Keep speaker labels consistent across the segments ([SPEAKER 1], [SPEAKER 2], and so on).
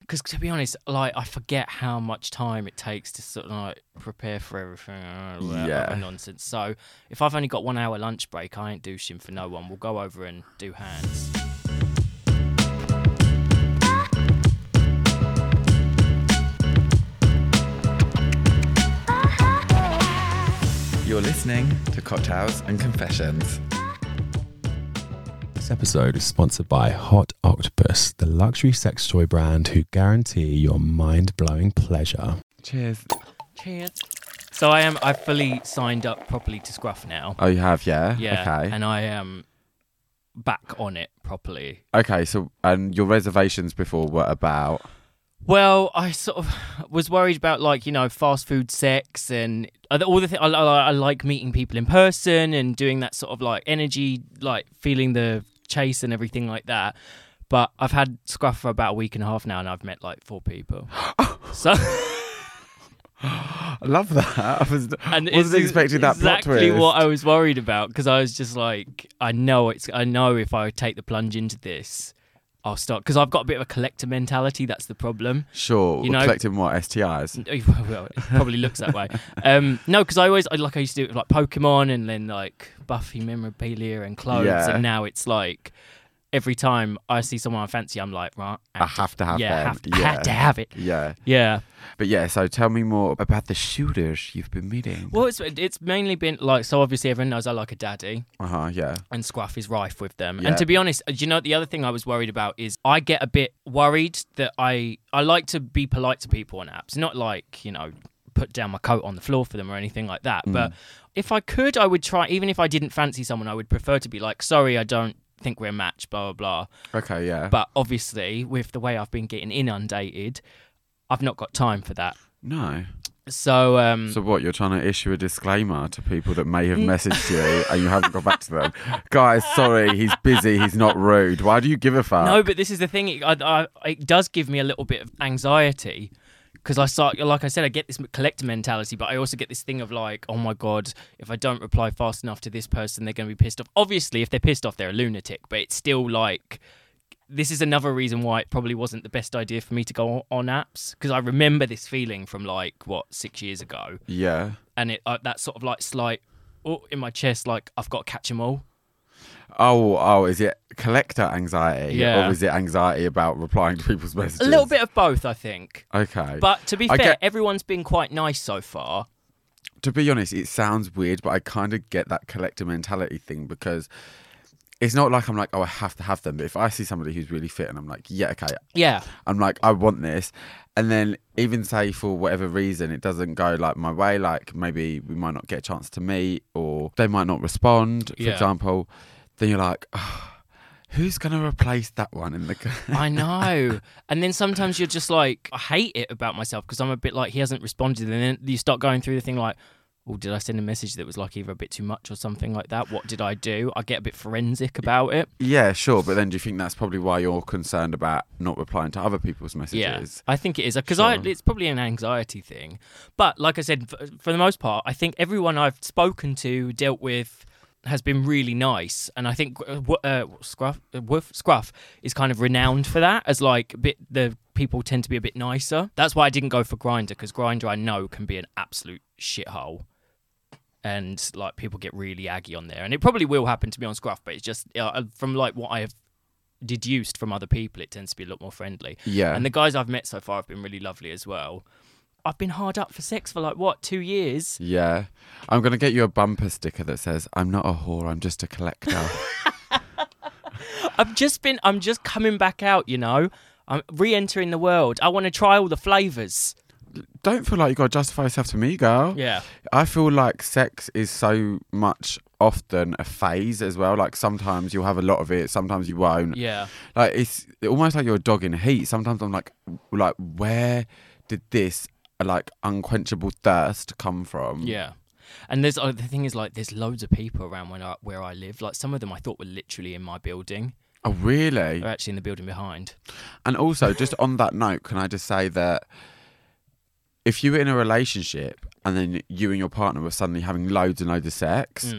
[SPEAKER 1] because to be honest, like I forget how much time it takes to sort of like prepare for everything. uh, blah, blah,
[SPEAKER 2] Yeah.
[SPEAKER 1] blah, nonsense. So if I've only got one hour lunch break, I ain't douching for no one. We'll go over and do hands.
[SPEAKER 2] You're listening to Cocktails and Confessions.
[SPEAKER 3] This episode is sponsored by Hot Octopus, the luxury sex toy brand who guarantee your mind blowing pleasure.
[SPEAKER 2] Cheers.
[SPEAKER 1] Cheers. So I am. I fully signed up properly to Scruff now.
[SPEAKER 2] Oh, you have, yeah?
[SPEAKER 1] Yeah.
[SPEAKER 2] Okay.
[SPEAKER 1] And I am back on it properly.
[SPEAKER 2] okay, so and your reservations before were about
[SPEAKER 1] Well, I sort of was worried about like you know fast food sex and all the things. I, I, I like meeting people in person and doing that sort of like energy, like feeling the chase and everything like that. But I've had Scruff for about a week and a half now, and I've met like four people. so
[SPEAKER 2] I love that. I was
[SPEAKER 1] and it's
[SPEAKER 2] wasn't expecting that plot
[SPEAKER 1] exactly
[SPEAKER 2] twist.
[SPEAKER 1] what I was worried about because I was just like, I know it's, I know if I take the plunge into this, I'll start because I've got a bit of a collector mentality. That's the problem.
[SPEAKER 2] sure,
[SPEAKER 1] you know-
[SPEAKER 2] collecting more STIs.
[SPEAKER 1] well, it probably looks that way. Um, no, because I always I, like I used to do it with like Pokemon and then like Buffy memorabilia and clothes,
[SPEAKER 2] Yeah.
[SPEAKER 1] and now it's like every time I see someone I fancy, I'm like, right,
[SPEAKER 2] I have to have
[SPEAKER 1] yeah,
[SPEAKER 2] them.
[SPEAKER 1] have to, have to have it.
[SPEAKER 2] Yeah.
[SPEAKER 1] Yeah.
[SPEAKER 2] But yeah, so tell me more about the shooters you've been meeting.
[SPEAKER 1] Well, it's it's mainly been like so. Obviously, everyone knows I like a daddy.
[SPEAKER 2] Uh huh, yeah.
[SPEAKER 1] and scruff is rife with them.
[SPEAKER 2] Yeah.
[SPEAKER 1] And to be honest, uh, do you know what the other thing I was worried about is I get a bit worried that I I like to be polite to people on apps, not like you know put down my coat on the floor for them or anything like that. But if I could, I would try. Even if I didn't fancy someone, I would prefer to be like, sorry, I don't think we're a match, blah blah blah.
[SPEAKER 2] Okay, yeah.
[SPEAKER 1] But obviously, with the way I've been getting inundated, I've not got time for that.
[SPEAKER 2] no.
[SPEAKER 1] So um,
[SPEAKER 2] So what? You're trying to issue a disclaimer to people that
[SPEAKER 1] Mm.
[SPEAKER 2] may have messaged you and you haven't got back to them. Guys, sorry, he's busy. He's not rude. Why do you give a fuck?
[SPEAKER 1] No, but this is the thing. It, I, I, it does give me a little bit of anxiety because I start, like I said, I get this collector mentality, but I also get this thing of like, oh my god, if I don't reply fast enough to this person, they're going to be pissed off. Obviously, if they're pissed off, they're a lunatic. But it's still like. This is another reason why it probably wasn't the best idea for me to go on apps because I remember this feeling from like what six years ago,
[SPEAKER 2] Yeah.
[SPEAKER 1] and it uh, that sort of like slight oh, in my chest, like I've got to catch them all.
[SPEAKER 2] Oh, oh, is it collector anxiety?
[SPEAKER 1] Yeah.
[SPEAKER 2] Or is it anxiety about replying to people's
[SPEAKER 1] A
[SPEAKER 2] messages?
[SPEAKER 1] little bit of both, I think.
[SPEAKER 2] Okay. But
[SPEAKER 1] But to be
[SPEAKER 2] I
[SPEAKER 1] fair,
[SPEAKER 2] get-
[SPEAKER 1] everyone's been quite nice so far.
[SPEAKER 2] to be honest, it sounds weird, but I kind of get that collector mentality thing because it's not like I'm like, oh, I have to have them. But if I see somebody who's really fit and I'm like, yeah, okay,
[SPEAKER 1] Yeah.
[SPEAKER 2] I'm like, I want this. And then, even say for whatever reason, it doesn't go like my way, like maybe we might not get a chance to meet or they might not respond, for
[SPEAKER 1] Yeah.
[SPEAKER 2] example, then you're like, "Ah, who's going to replace that one in the. g-"
[SPEAKER 1] I know. and then sometimes you're just like, I hate it about myself because I'm a bit like, he hasn't responded. And then you start going through the thing like, oh, did I send a message that was like either a bit too much or something like that? What did I do? I get a bit forensic about it.
[SPEAKER 2] yeah, sure. But then do you think that's probably why you're concerned about not replying to other people's messages?
[SPEAKER 1] Yeah, I think it is because I it's probably an anxiety thing. But like I said, for, for the most part, I think everyone I've spoken to, dealt with, has been really nice, and I think uh, Wo- uh, Scruff uh, Woof, Scruff is kind of renowned for that as like a bit the people tend to be a bit nicer. That's why I didn't go for Grinder because Grinder I know can be an absolute shithole. And like people get really aggy on there, and it probably will happen to me on Scruff, but it's just uh, from like what I have deduced from other people, it tends to be a lot more friendly.
[SPEAKER 2] Yeah.
[SPEAKER 1] And the guys I've met so far have been really lovely as well. I've been hard up for sex for like what two years.
[SPEAKER 2] Yeah. I'm going to get you a bumper sticker that says, I'm not a whore, I'm just a collector.
[SPEAKER 1] I've just been. I'm just coming back out. You know, I'm re-entering the world. I want to try all the flavors.
[SPEAKER 2] Don't feel like you got to justify yourself to me, girl.
[SPEAKER 1] Yeah.
[SPEAKER 2] I feel like sex is so much often a phase as well. Like sometimes you'll have a lot of it, sometimes you won't.
[SPEAKER 1] Yeah.
[SPEAKER 2] Like it's almost like you're a dog in heat. Sometimes I'm like, like where did this like unquenchable thirst come from?
[SPEAKER 1] Yeah. And there's uh, the thing is like there's loads of people around when I, where I live. Like some of them I thought were literally in my building.
[SPEAKER 2] Oh really?
[SPEAKER 1] They're actually in the building behind.
[SPEAKER 2] And also, just on that note, can I just say that if you were in a relationship and then you and your partner were suddenly having loads and loads of sex,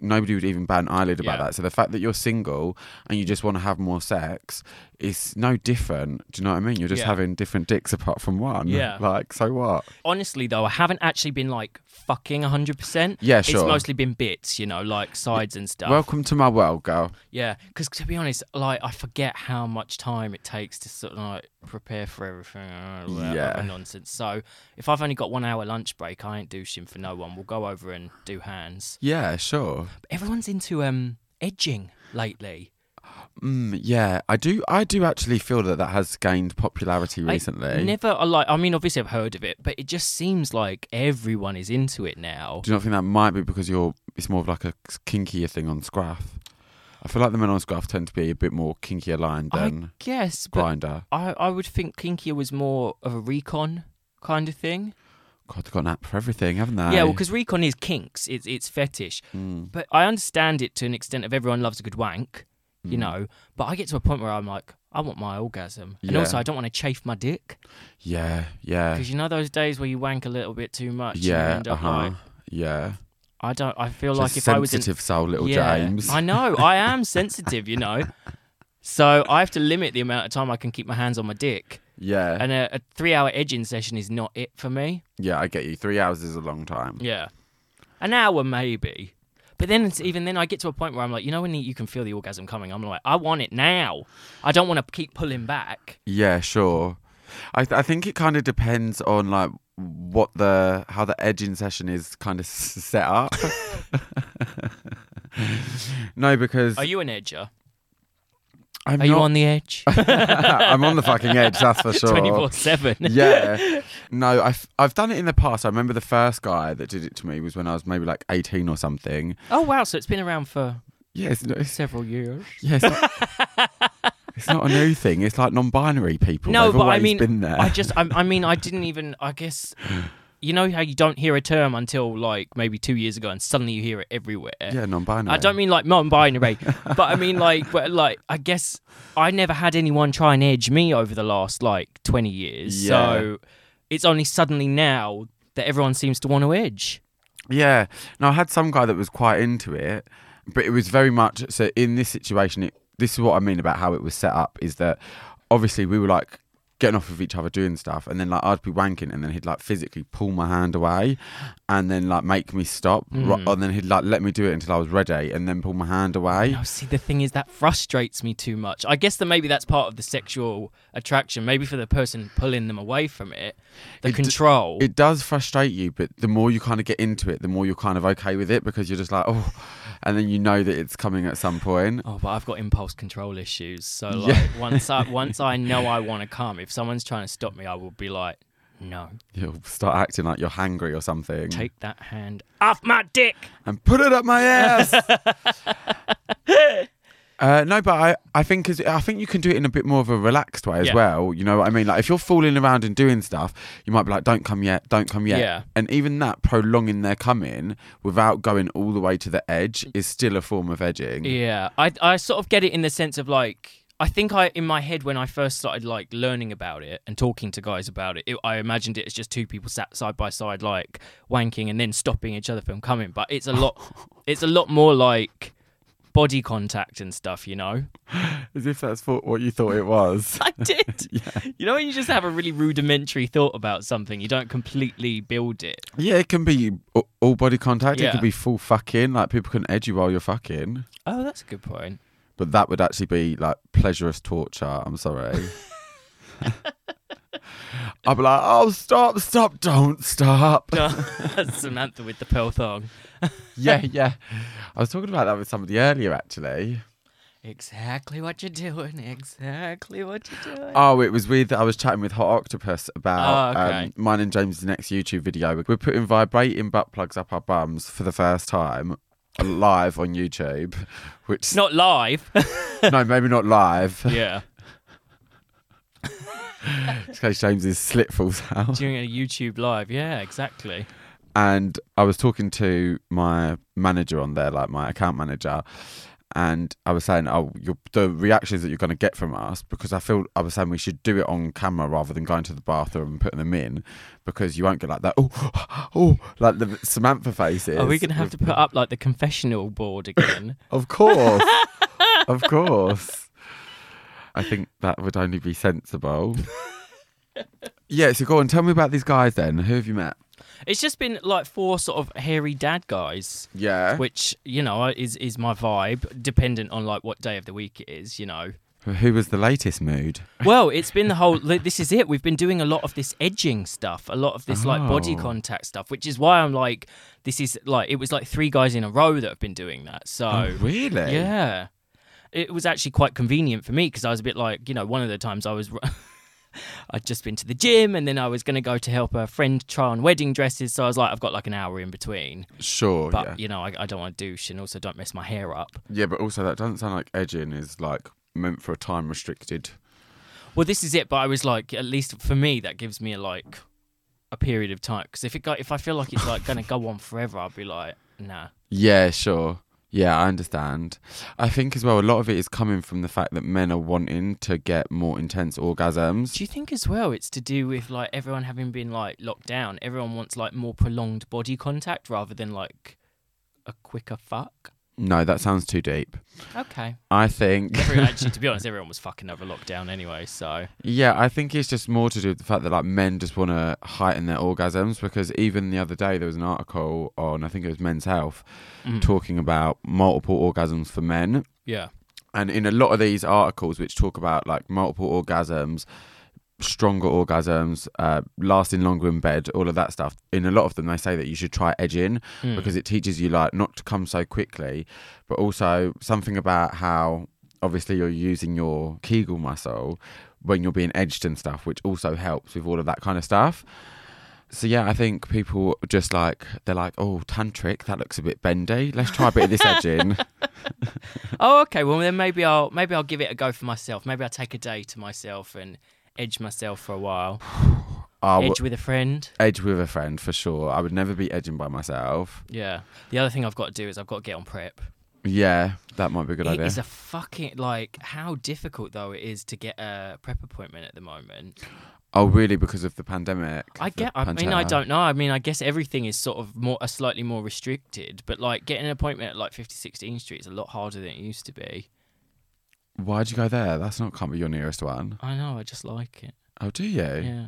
[SPEAKER 2] nobody would even bat an eyelid about
[SPEAKER 1] Mm. Yeah.
[SPEAKER 2] that. So the fact that you're single and you just want to have more sex is no different. Do you know what I mean? You're just
[SPEAKER 1] Yeah.
[SPEAKER 2] having different dicks apart from one.
[SPEAKER 1] Yeah.
[SPEAKER 2] Like, so what?
[SPEAKER 1] Honestly, though, I haven't actually been like fucking 100%.
[SPEAKER 2] Yeah,
[SPEAKER 1] It's
[SPEAKER 2] sure.
[SPEAKER 1] mostly been bits, you know, like sides and stuff.
[SPEAKER 2] Welcome to my world, girl.
[SPEAKER 1] Yeah, because to be honest, like I forget how much time it takes to sort of like prepare for everything. uh, blah,
[SPEAKER 2] Yeah.
[SPEAKER 1] blah, nonsense. So if I've only got one hour lunch break, I ain't douching for no one. We'll go over and do hands.
[SPEAKER 2] Yeah, sure.
[SPEAKER 1] But everyone's into um edging lately.
[SPEAKER 2] Mm, yeah, I do. I do actually feel that that has gained popularity recently.
[SPEAKER 1] I never I like. I mean, obviously I've heard of it, but it just seems like everyone is into it now.
[SPEAKER 2] Do you not think that might be because you're? It's more of like a kinkier thing on Scruff. I feel like the men on Scruff tend to be a bit more kinky aligned
[SPEAKER 1] I
[SPEAKER 2] than
[SPEAKER 1] guess, but
[SPEAKER 2] Grinder.
[SPEAKER 1] I I would think kinkier was more of a recon kind of thing.
[SPEAKER 2] God, they've got an app for everything, haven't they?
[SPEAKER 1] Yeah, well, because recon is kinks. It's it's fetish.
[SPEAKER 2] Mm,
[SPEAKER 1] But I understand it to an extent of everyone loves a good wank, you
[SPEAKER 2] mm.
[SPEAKER 1] know. But I get to a point where I'm like, I want my orgasm, and
[SPEAKER 2] Yeah.
[SPEAKER 1] also I don't want to chafe my dick
[SPEAKER 2] Yeah, yeah,
[SPEAKER 1] because you know those days where you wank a little bit too much. and you
[SPEAKER 2] yeah.
[SPEAKER 1] end
[SPEAKER 2] Uh
[SPEAKER 1] up
[SPEAKER 2] huh.
[SPEAKER 1] like-
[SPEAKER 2] Yeah.
[SPEAKER 1] I don't. I feel
[SPEAKER 2] Just
[SPEAKER 1] like if I was in
[SPEAKER 2] sensitive soul, little
[SPEAKER 1] Yeah,
[SPEAKER 2] James.
[SPEAKER 1] I know. I am sensitive, you know. So I have to limit the amount of time I can keep my hands on my dick,
[SPEAKER 2] yeah,
[SPEAKER 1] and a, a three-hour edging session is not it for me.
[SPEAKER 2] yeah. I get you. Three hours is a long time.
[SPEAKER 1] Yeah, an hour maybe. But then it's, even then, I get to a point where I'm like, you know, when you can feel the orgasm coming, I'm like, I want it now. I don't want to keep pulling back.
[SPEAKER 2] Yeah, sure. I th- I think it kind of depends on like what the how the edging session is kind of s- set up. no, because
[SPEAKER 1] Are you an edger?
[SPEAKER 2] I'm
[SPEAKER 1] Are
[SPEAKER 2] not.
[SPEAKER 1] you on the edge?
[SPEAKER 2] I'm on the fucking edge. That's for sure.
[SPEAKER 1] Twenty-four seven.
[SPEAKER 2] yeah. No, I've I've done it in the past. I remember the first guy that did it to me was when I was maybe like 18 or something.
[SPEAKER 1] Oh wow! So it's been around for
[SPEAKER 2] Yeah, it's, it's,
[SPEAKER 1] several years.
[SPEAKER 2] yeah, it's not, it's not a new thing. It's like non-binary people.
[SPEAKER 1] No,
[SPEAKER 2] They've
[SPEAKER 1] but I
[SPEAKER 2] always
[SPEAKER 1] mean,
[SPEAKER 2] been there.
[SPEAKER 1] I just, I, I mean, I didn't even, I guess, you know how you don't hear a term until like maybe two years ago, and suddenly you hear it everywhere.
[SPEAKER 2] yeah, non-binary.
[SPEAKER 1] I don't mean like non-binary, but I mean like, but, like I guess I never had anyone try and edge me over the last like twenty years. So it's only suddenly now that everyone seems to want to edge.
[SPEAKER 2] Yeah. Now I had some guy that was quite into it, but it was very much so in this situation it, this is what I mean about how it was set up is that obviously we were like getting off of each other doing stuff and then like I'd be wanking and then he'd like physically pull my hand away and then like make me stop ro- and then he'd like let me do it until I was ready and then pull my hand away.
[SPEAKER 1] No, see, the thing is that frustrates me too much. I guess that maybe that's part of the sexual attraction. Maybe for the person pulling them away from it, the
[SPEAKER 2] It d-
[SPEAKER 1] control.
[SPEAKER 2] It does frustrate you, but the more you kind of get into it, the more you're kind of okay with it because you're just like, oh, and then you know that it's coming at some point.
[SPEAKER 1] Oh, but I've got impulse control issues. So like
[SPEAKER 2] Yeah.
[SPEAKER 1] once I once I know I want to come, if someone's trying to stop me, I will be like, "No,
[SPEAKER 2] You'll start acting like you're hangry or something.
[SPEAKER 1] take that hand off my dick."
[SPEAKER 2] and put it up my ass. Uh, no, but I, I think 'cause- I think you can do it in a bit more of a relaxed way as
[SPEAKER 1] Yeah.
[SPEAKER 2] well. You know what I mean? Like if you're fooling around and doing stuff, you might be like, "Don't come yet, don't come yet."
[SPEAKER 1] Yeah.
[SPEAKER 2] And even that prolonging their coming without going all the way to the edge is still a form of edging.
[SPEAKER 1] Yeah, I I sort of get it in the sense of like I think I in my head when I first started like learning about it and talking to guys about it, it I imagined it as just two people sat side by side like wanking and then stopping each other from coming. But it's a lot, it's a lot more like body contact and stuff, you know.
[SPEAKER 2] As if that's for what you thought it was.
[SPEAKER 1] I did. You know when you just have a really rudimentary thought about something, you don't completely build it.
[SPEAKER 2] yeah, it can be a- all body contact. It
[SPEAKER 1] Yeah.
[SPEAKER 2] can be full fucking. Like people can edge you while you're fucking.
[SPEAKER 1] Oh, that's a good point.
[SPEAKER 2] But that would actually be like pleasurous torture. I'm sorry. I'd be like, oh, stop, stop, don't stop.
[SPEAKER 1] Samantha with the pearl thong.
[SPEAKER 2] yeah, yeah. I was talking about that with somebody earlier, actually.
[SPEAKER 1] Exactly what you're doing. Exactly what you're doing.
[SPEAKER 2] Oh, it was with, I was chatting with Hot Octopus about
[SPEAKER 1] Oh, okay.
[SPEAKER 2] um, mine and James' next YouTube video. We're putting vibrating butt plugs up our bums for the first time live on YouTube, which,
[SPEAKER 1] It's not live.
[SPEAKER 2] no, maybe not live,
[SPEAKER 1] yeah.
[SPEAKER 2] in case James' slit falls out.
[SPEAKER 1] Doing a YouTube live. Yeah, exactly.
[SPEAKER 2] and I was talking to my manager on there, like my account manager, and I was saying, oh, you the reactions that you're going to get from us, because I feel I was saying we should do it on camera rather than going to the bathroom and putting them in, because you won't get like that, oh, oh, like the Samantha faces.
[SPEAKER 1] Are we going to Oh, have to put up like the confessional board again?
[SPEAKER 2] Of course, of course. I think that would only be sensible. yeah, so go on, tell me about these guys then. Who have you met?
[SPEAKER 1] it's just been like four sort of hairy dad guys.
[SPEAKER 2] Yeah.
[SPEAKER 1] Which you know is is my vibe, dependent on like what day of the week it is. You know,
[SPEAKER 2] Who was the latest mood?
[SPEAKER 1] well, it's been the whole. li- This is it. We've been doing a lot of this edging stuff, a lot of this like body
[SPEAKER 2] Oh.
[SPEAKER 1] contact stuff, which is why I'm like, this is like it was like three guys in a row that have been doing that. So
[SPEAKER 2] Oh. really?
[SPEAKER 1] Oh, yeah, it was actually quite convenient for me because I was a bit like, you know, one of the times I was. I'd just been to the gym and then I was going to go to help a friend try on wedding dresses. So I was like, I've got like an hour in between.
[SPEAKER 2] Sure.
[SPEAKER 1] But,
[SPEAKER 2] Oh, yeah.
[SPEAKER 1] you know, I, I don't want to douche and also don't mess my hair up.
[SPEAKER 2] Yeah, but also that doesn't sound like edging is like meant for a time restricted.
[SPEAKER 1] Well, this is it. But I was like, at least for me, that gives me a like a period of time. Because if it go, if I feel like it's like going to go on forever, I'll be like, nah.
[SPEAKER 2] Yeah, sure. Yeah, I understand. I think as well, a lot of it is coming from the fact that men are wanting to get more intense orgasms.
[SPEAKER 1] Do you think as well it's to do with like everyone having been like locked down? Everyone wants like more prolonged body contact rather than like a quicker fuck.
[SPEAKER 2] No, that sounds too deep.
[SPEAKER 1] Okay.
[SPEAKER 2] I think.
[SPEAKER 1] Every- Actually, to be honest, everyone was fucking over lockdown anyway. So
[SPEAKER 2] Yeah, I think it's just more to do with the fact that like men just want to heighten their orgasms because even the other day there was an article on I think it was Men's Health
[SPEAKER 1] Mm.
[SPEAKER 2] talking about multiple orgasms for men
[SPEAKER 1] yeah,
[SPEAKER 2] and in a lot of these articles which talk about like multiple orgasms stronger orgasms uh, lasting longer in bed all of that stuff in a lot of them they say that you should try edging
[SPEAKER 1] Mm.
[SPEAKER 2] because it teaches you like not to come so quickly but also something about how obviously you're using your kegel muscle when you're being edged and stuff which also helps with all of that kind of stuff so yeah i think people just like they're like oh tantric that looks a bit bendy let's try a bit of this edging
[SPEAKER 1] Oh, okay. Well, then maybe I'll maybe I'll give it a go for myself. Maybe I'll take a day to myself and edge myself for a while.
[SPEAKER 2] I w-
[SPEAKER 1] edge with a friend.
[SPEAKER 2] edge with a friend for sure. I would never be edging by myself.
[SPEAKER 1] Yeah. The other thing I've got to do is I've got to get on prep.
[SPEAKER 2] Yeah, that might be a good
[SPEAKER 1] It
[SPEAKER 2] idea.
[SPEAKER 1] is a fucking like how difficult though it is to get a prep appointment at the moment.
[SPEAKER 2] oh, really? Because of the pandemic?
[SPEAKER 1] I
[SPEAKER 2] the
[SPEAKER 1] get. I mean, I
[SPEAKER 2] pantera?
[SPEAKER 1] don't know. I mean, I guess everything is sort of more, uh, slightly more restricted. But like getting an appointment at like 50, 16 Street is a lot harder than it used to be.
[SPEAKER 2] Why'd you go there? That's not can't be your nearest one.
[SPEAKER 1] I know. I just like it.
[SPEAKER 2] Oh, do you?
[SPEAKER 1] Yeah.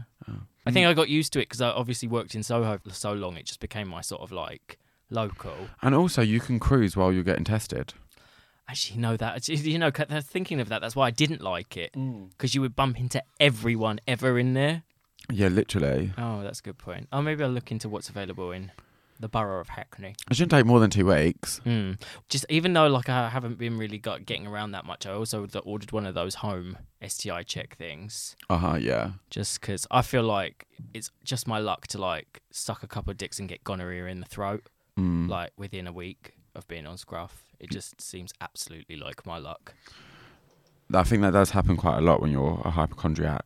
[SPEAKER 1] I think I got used to it because I obviously worked in Soho for so long. It just became my sort of like local.
[SPEAKER 2] And also, you can cruise while you're getting tested.
[SPEAKER 1] Actually, no, that you know, c- thinking of that, that's why I didn't like it because you would bump into everyone ever in there.
[SPEAKER 2] Yeah, literally.
[SPEAKER 1] Oh, that's a good point. Oh, maybe I'll look into what's available in the borough of Hackney.
[SPEAKER 2] It shouldn't take more than two weeks.
[SPEAKER 1] Hmm. Just even though like I haven't been really got getting around that much, I also d- ordered one of those home STI check things
[SPEAKER 2] Uh huh. Yeah.
[SPEAKER 1] just because I feel like it's just my luck to like suck a couple of dicks and get gonorrhea in the throat.
[SPEAKER 2] Mm.
[SPEAKER 1] like within a week of being on Scruff. It just seems absolutely like my luck.
[SPEAKER 2] I think that does happen quite a lot when you're a hypochondriac.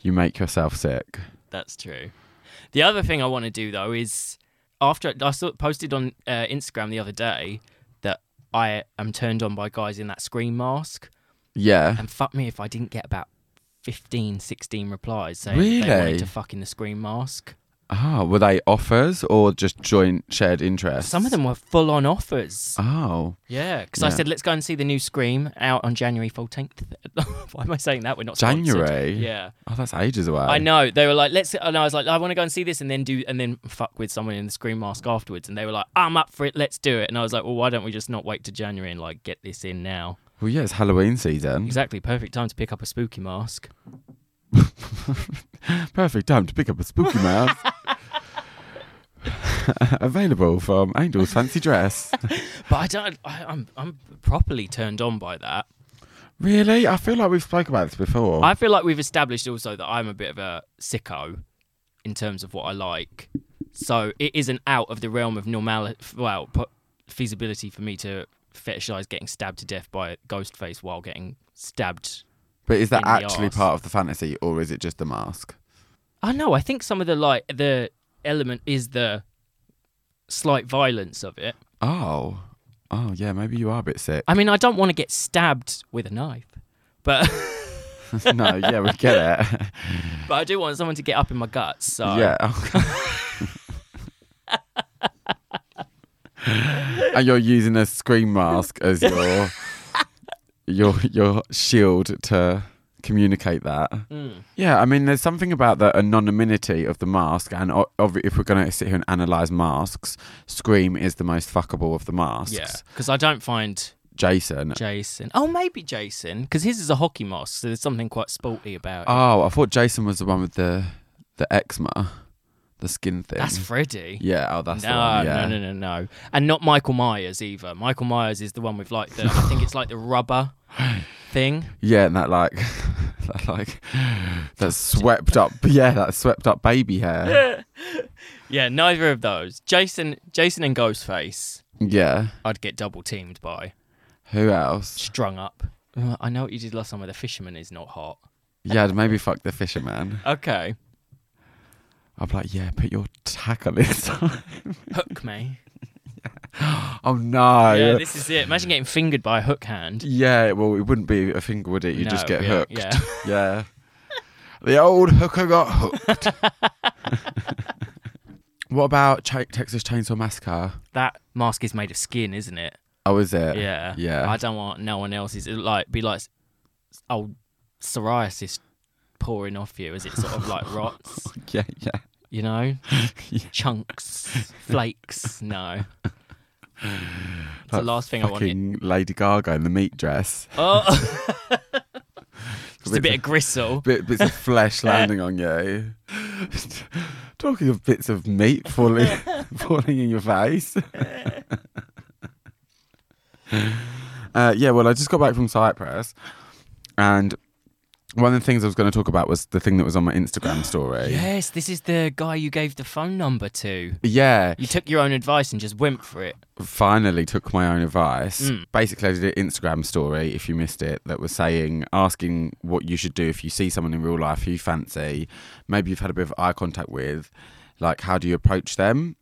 [SPEAKER 2] you make yourself sick.
[SPEAKER 1] That's true. The other thing I want to do though is after I saw, posted on uh, Instagram the other day that I am turned on by guys in that screen mask,
[SPEAKER 2] Yeah.
[SPEAKER 1] and fuck me if I didn't get about 15, 16 replies saying that they
[SPEAKER 2] Really?
[SPEAKER 1] wanted to fuck in the screen mask.
[SPEAKER 2] Ah, were they offers or just joint shared interests?
[SPEAKER 1] Some of them were full on offers.
[SPEAKER 2] Oh,
[SPEAKER 1] Yeah, because I
[SPEAKER 2] Yeah.
[SPEAKER 1] said let's go and see the new Scream out on January fourteenth. Why am I saying that? We're not sponsored.
[SPEAKER 2] January?
[SPEAKER 1] Yeah,
[SPEAKER 2] oh, that's ages away.
[SPEAKER 1] I know. They were like, let's. And I was like, I want to go and see this, and then do, and then fuck with someone in the screen mask afterwards. And they were like, I'm up for it. Let's do it. And I was like, well, why don't we just not wait to January and like get this in now?
[SPEAKER 2] Well, yeah, it's Halloween season.
[SPEAKER 1] Exactly, perfect time to pick up a spooky mask.
[SPEAKER 2] Perfect time to pick up a spooky mouse. Available from Angel's Fancy Dress.
[SPEAKER 1] But I don't. I, I'm I'm properly turned on by that.
[SPEAKER 2] really? I feel like we've spoke about this before.
[SPEAKER 1] I feel like we've established also that I'm a bit of a sicko in terms of what I like. So it isn't out of the realm of normal well, po- feasibility for me to fetishize getting stabbed to death by a ghost face while getting stabbed.
[SPEAKER 2] but is that
[SPEAKER 1] in the
[SPEAKER 2] actually
[SPEAKER 1] arse.
[SPEAKER 2] part of the fantasy or is it just a mask?
[SPEAKER 1] I know, I think some of the like the element is the slight violence of it.
[SPEAKER 2] Oh. Oh yeah, maybe you are a bit sick.
[SPEAKER 1] I mean, I don't want to get stabbed with a knife, but
[SPEAKER 2] no, yeah, we get it.
[SPEAKER 1] but I do want someone to get up in my guts. So
[SPEAKER 2] Yeah. and you're using a screen mask as your your your shield to communicate that.
[SPEAKER 1] Mm.
[SPEAKER 2] Yeah, I mean, there's something about the anonymity of the mask, and o- ob- if we're going to sit here and analyze masks, Scream is the most fuckable of the masks.
[SPEAKER 1] yeah, because I don't find
[SPEAKER 2] Jason.
[SPEAKER 1] Jason. Oh, maybe Jason, because his is a hockey mask, so there's something quite sporty about it.
[SPEAKER 2] Oh, I thought Jason was the one with the the eczema, the skin thing.
[SPEAKER 1] That's Freddy.
[SPEAKER 2] yeah. Oh, that's
[SPEAKER 1] no,
[SPEAKER 2] the one. Yeah.
[SPEAKER 1] no, no, no, no, and not Michael Myers either. Michael Myers is the one with like the I think it's like the rubber thing.
[SPEAKER 2] Yeah, and that like that like that swept up yeah, that swept up baby hair.
[SPEAKER 1] Yeah, neither of those. Jason, Jason, and Ghostface.
[SPEAKER 2] Yeah.
[SPEAKER 1] I'd get double teamed by
[SPEAKER 2] Who else?
[SPEAKER 1] strung up. Uh, I know what you did last time. Where the fisherman is not hot.
[SPEAKER 2] Yeah, I'd maybe fuck the fisherman.
[SPEAKER 1] Okay,
[SPEAKER 2] I'd be like, yeah, put your tack on this time.
[SPEAKER 1] hook me.
[SPEAKER 2] oh no.
[SPEAKER 1] yeah, this is it. Imagine getting fingered by a hook hand.
[SPEAKER 2] Yeah, well it wouldn't be a finger, would it? You'd just
[SPEAKER 1] No,
[SPEAKER 2] get
[SPEAKER 1] yeah,
[SPEAKER 2] hooked.
[SPEAKER 1] yeah.
[SPEAKER 2] Yeah. the old hooker got hooked. what about Ch- Texas Chainsaw Massacre?
[SPEAKER 1] That mask is made of skin, isn't it?
[SPEAKER 2] Oh, is it?
[SPEAKER 1] Yeah.
[SPEAKER 2] Yeah.
[SPEAKER 1] I don't want no one else's. It like be like s- old psoriasis pouring off you as it sort of like rots.
[SPEAKER 2] Yeah, yeah.
[SPEAKER 1] You know, chunks, flakes. No, it's the
[SPEAKER 2] That
[SPEAKER 1] last thing I wanted.
[SPEAKER 2] Fucking Lady Gaga in the meat dress.
[SPEAKER 1] Oh, just a bit of gristle.
[SPEAKER 2] bit, bits of flesh landing on you. Talking of bits of meat falling falling in your face. uh, yeah, well, I just got back from Cyprus, and one of the things I was going to talk about was the thing that was on my Instagram story.
[SPEAKER 1] Yes, this is the guy you gave the phone number to.
[SPEAKER 2] Yeah,
[SPEAKER 1] You took your own advice and just went for it.
[SPEAKER 2] finally took my own advice.
[SPEAKER 1] Mm.
[SPEAKER 2] Basically, I did an Instagram story, if you missed it, that was saying, asking what you should do if you see someone in real life who you fancy, maybe you've had a bit of eye contact with, like, how do you approach them?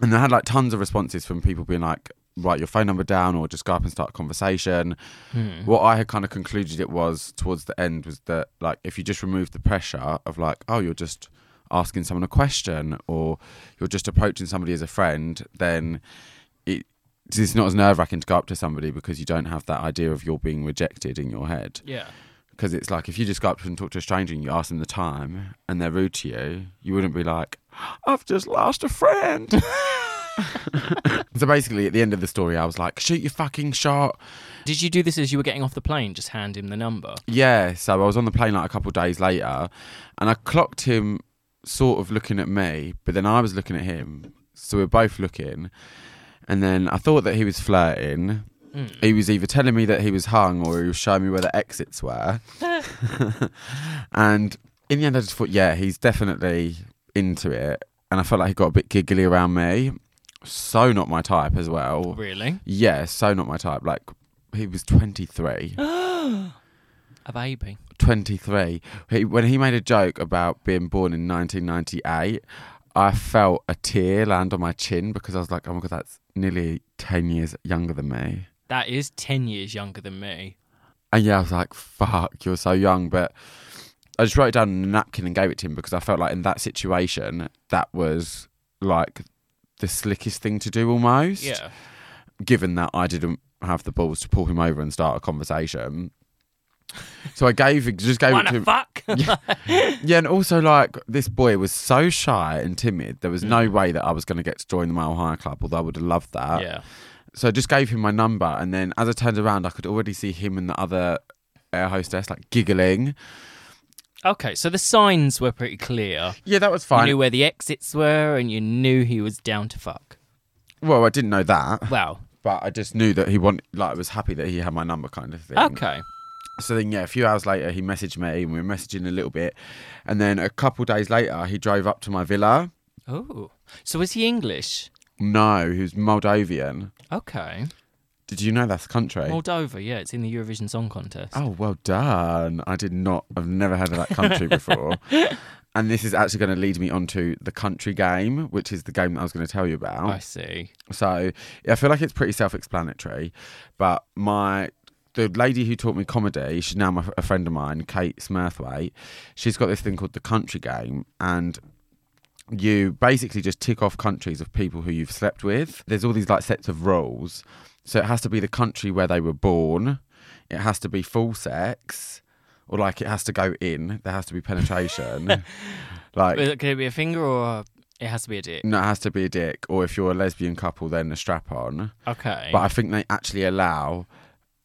[SPEAKER 2] And I had like tons of responses from people being like, write your phone number down or just go up and start a conversation.
[SPEAKER 1] Hmm.
[SPEAKER 2] Mm. What I had kind of concluded it was towards the end was that, like, if you just remove the pressure of, like, oh, you're just asking someone a question or you're just approaching somebody as a friend, then it it's not as nerve wracking to go up to somebody because you don't have that idea of you're being rejected in your head.
[SPEAKER 1] Yeah.
[SPEAKER 2] Because it's like if you just go up and talk to a stranger and you ask them the time and they're rude to you, you wouldn't be like, I've just lost a friend. so basically, at the end of the story, I was like, shoot your fucking shot.
[SPEAKER 1] Did you do this as you were getting off the plane? Just hand him the number.
[SPEAKER 2] Yeah, so I was on the plane like a couple of days later, and I clocked him sort of looking at me, but then I was looking at him, so we were both looking, and then I thought that he was flirting.
[SPEAKER 1] Mm.
[SPEAKER 2] He was either telling me that he was hung or he was showing me where the exits were, and in the end, I just thought, yeah, he's definitely into it, and I felt like he got a bit giggly around me, so not my type as well.
[SPEAKER 1] Really?
[SPEAKER 2] Yeah, so not my type. Like he was twenty three.
[SPEAKER 1] A baby.
[SPEAKER 2] 23 he, when he made a joke about being born in 1998 i felt a tear land on my chin because i was like oh my god that's nearly 10 years younger than me
[SPEAKER 1] That is 10 years younger than me.
[SPEAKER 2] and yeah i was like fuck you're so young but i just wrote it down on a napkin and gave it to him because i felt like in that situation that was like the slickest thing to do almost
[SPEAKER 1] Yeah.
[SPEAKER 2] given that I didn't have the balls to pull him over and start a conversation. So I gave just gave it
[SPEAKER 1] Wanna
[SPEAKER 2] to him.
[SPEAKER 1] fuck?
[SPEAKER 2] Yeah, and also like this boy was so shy and timid. There was no way that I was going to get to join the Mile High Club, although I would have loved that.
[SPEAKER 1] Mm. yeah.
[SPEAKER 2] So I just gave him my number, and then as I turned around, I could already see him and the other air hostess like giggling.
[SPEAKER 1] Okay, so the signs were pretty clear.
[SPEAKER 2] Yeah, that was
[SPEAKER 1] You knew
[SPEAKER 2] fine.
[SPEAKER 1] where the exits were and you knew he was down to fuck.
[SPEAKER 2] Well, I didn't know that,
[SPEAKER 1] Wow.
[SPEAKER 2] but I just knew that he wanted. Like, I was happy that he had my number, kind of thing.
[SPEAKER 1] Okay.
[SPEAKER 2] So then, yeah, a few hours later, he messaged me and we were messaging a little bit. And then a couple days later, he drove up to my villa.
[SPEAKER 1] Oh. So is he English?
[SPEAKER 2] No, he was Moldovan.
[SPEAKER 1] Okay.
[SPEAKER 2] Did you know that's a country?
[SPEAKER 1] Moldova, yeah, it's in the Eurovision Song Contest.
[SPEAKER 2] oh, well done. I did not, I've never heard of that country before. And this is actually going to lead me onto the country game, which is the game that I was going to tell you about.
[SPEAKER 1] I see.
[SPEAKER 2] So I feel like it's pretty self-explanatory, but my the lady who taught me comedy, she's now my, a friend of mine, Kate Smurthwaite. She's got this thing called the Country Game, and you basically just tick off countries of people who you've slept with. There's all these like sets of rules, so it has to be the country where they were born. It has to be full sex, or like it has to go in. There has to be penetration. like
[SPEAKER 1] But Could it be a finger or a- it has to be a dick?
[SPEAKER 2] no, it has to be a dick, or if you're a lesbian couple, then a strap on.
[SPEAKER 1] Okay.
[SPEAKER 2] But I think they actually allow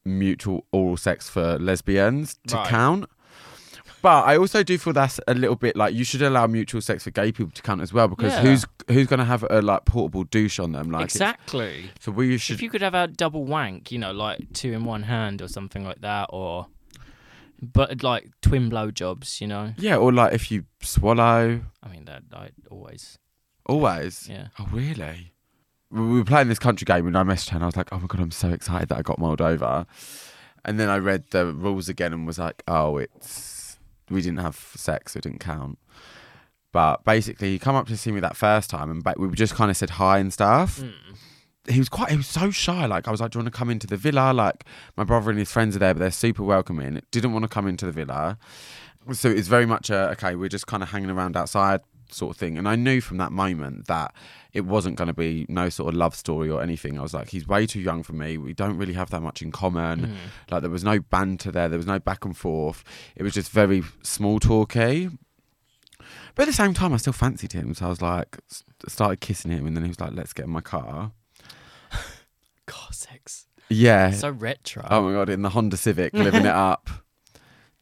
[SPEAKER 2] mutual oral sex for lesbians to
[SPEAKER 1] Right.
[SPEAKER 2] count. But I also do feel that's a little bit like you should allow mutual sex for gay people to count as well because
[SPEAKER 1] Yeah.
[SPEAKER 2] who's who's gonna have a like portable douche on them like it's-
[SPEAKER 1] exactly.
[SPEAKER 2] so we
[SPEAKER 1] If
[SPEAKER 2] should
[SPEAKER 1] you could have a double wank, you know, like two in one hand or something like that, or but like twin blowjobs, you know.
[SPEAKER 2] yeah or like if you swallow
[SPEAKER 1] I mean that I always
[SPEAKER 2] always
[SPEAKER 1] yeah.
[SPEAKER 2] oh really we we were playing this country game and I messaged her and I was like oh my god I'm so excited that I got mulled over and then I read the rules again and was like oh it's we didn't have sex, so it didn't count. But basically, he come up to see me that first time, and ba- we just kind of said hi and stuff. He was quite, he was so shy. Like I was like, "Do you want to come into the villa?" Like my brother and his friends are there, but they're super welcoming. Didn't want to come into the villa, so it's very much a okay. We're just kind of hanging around outside sort of thing. And I knew from that moment that it wasn't going to be no sort of love story or anything. I was like, "He's way too young for me. We don't really have that much in common."
[SPEAKER 1] Hmm.
[SPEAKER 2] Like there was no banter there. There was no back and forth. It was just very small talky. But at the same time, I still fancied him. So I was like, s- started kissing him, and then he was like, "Let's get in my car."
[SPEAKER 1] God, sex.
[SPEAKER 2] Yeah.
[SPEAKER 1] So retro.
[SPEAKER 2] oh my god, in the Honda Civic, living it up.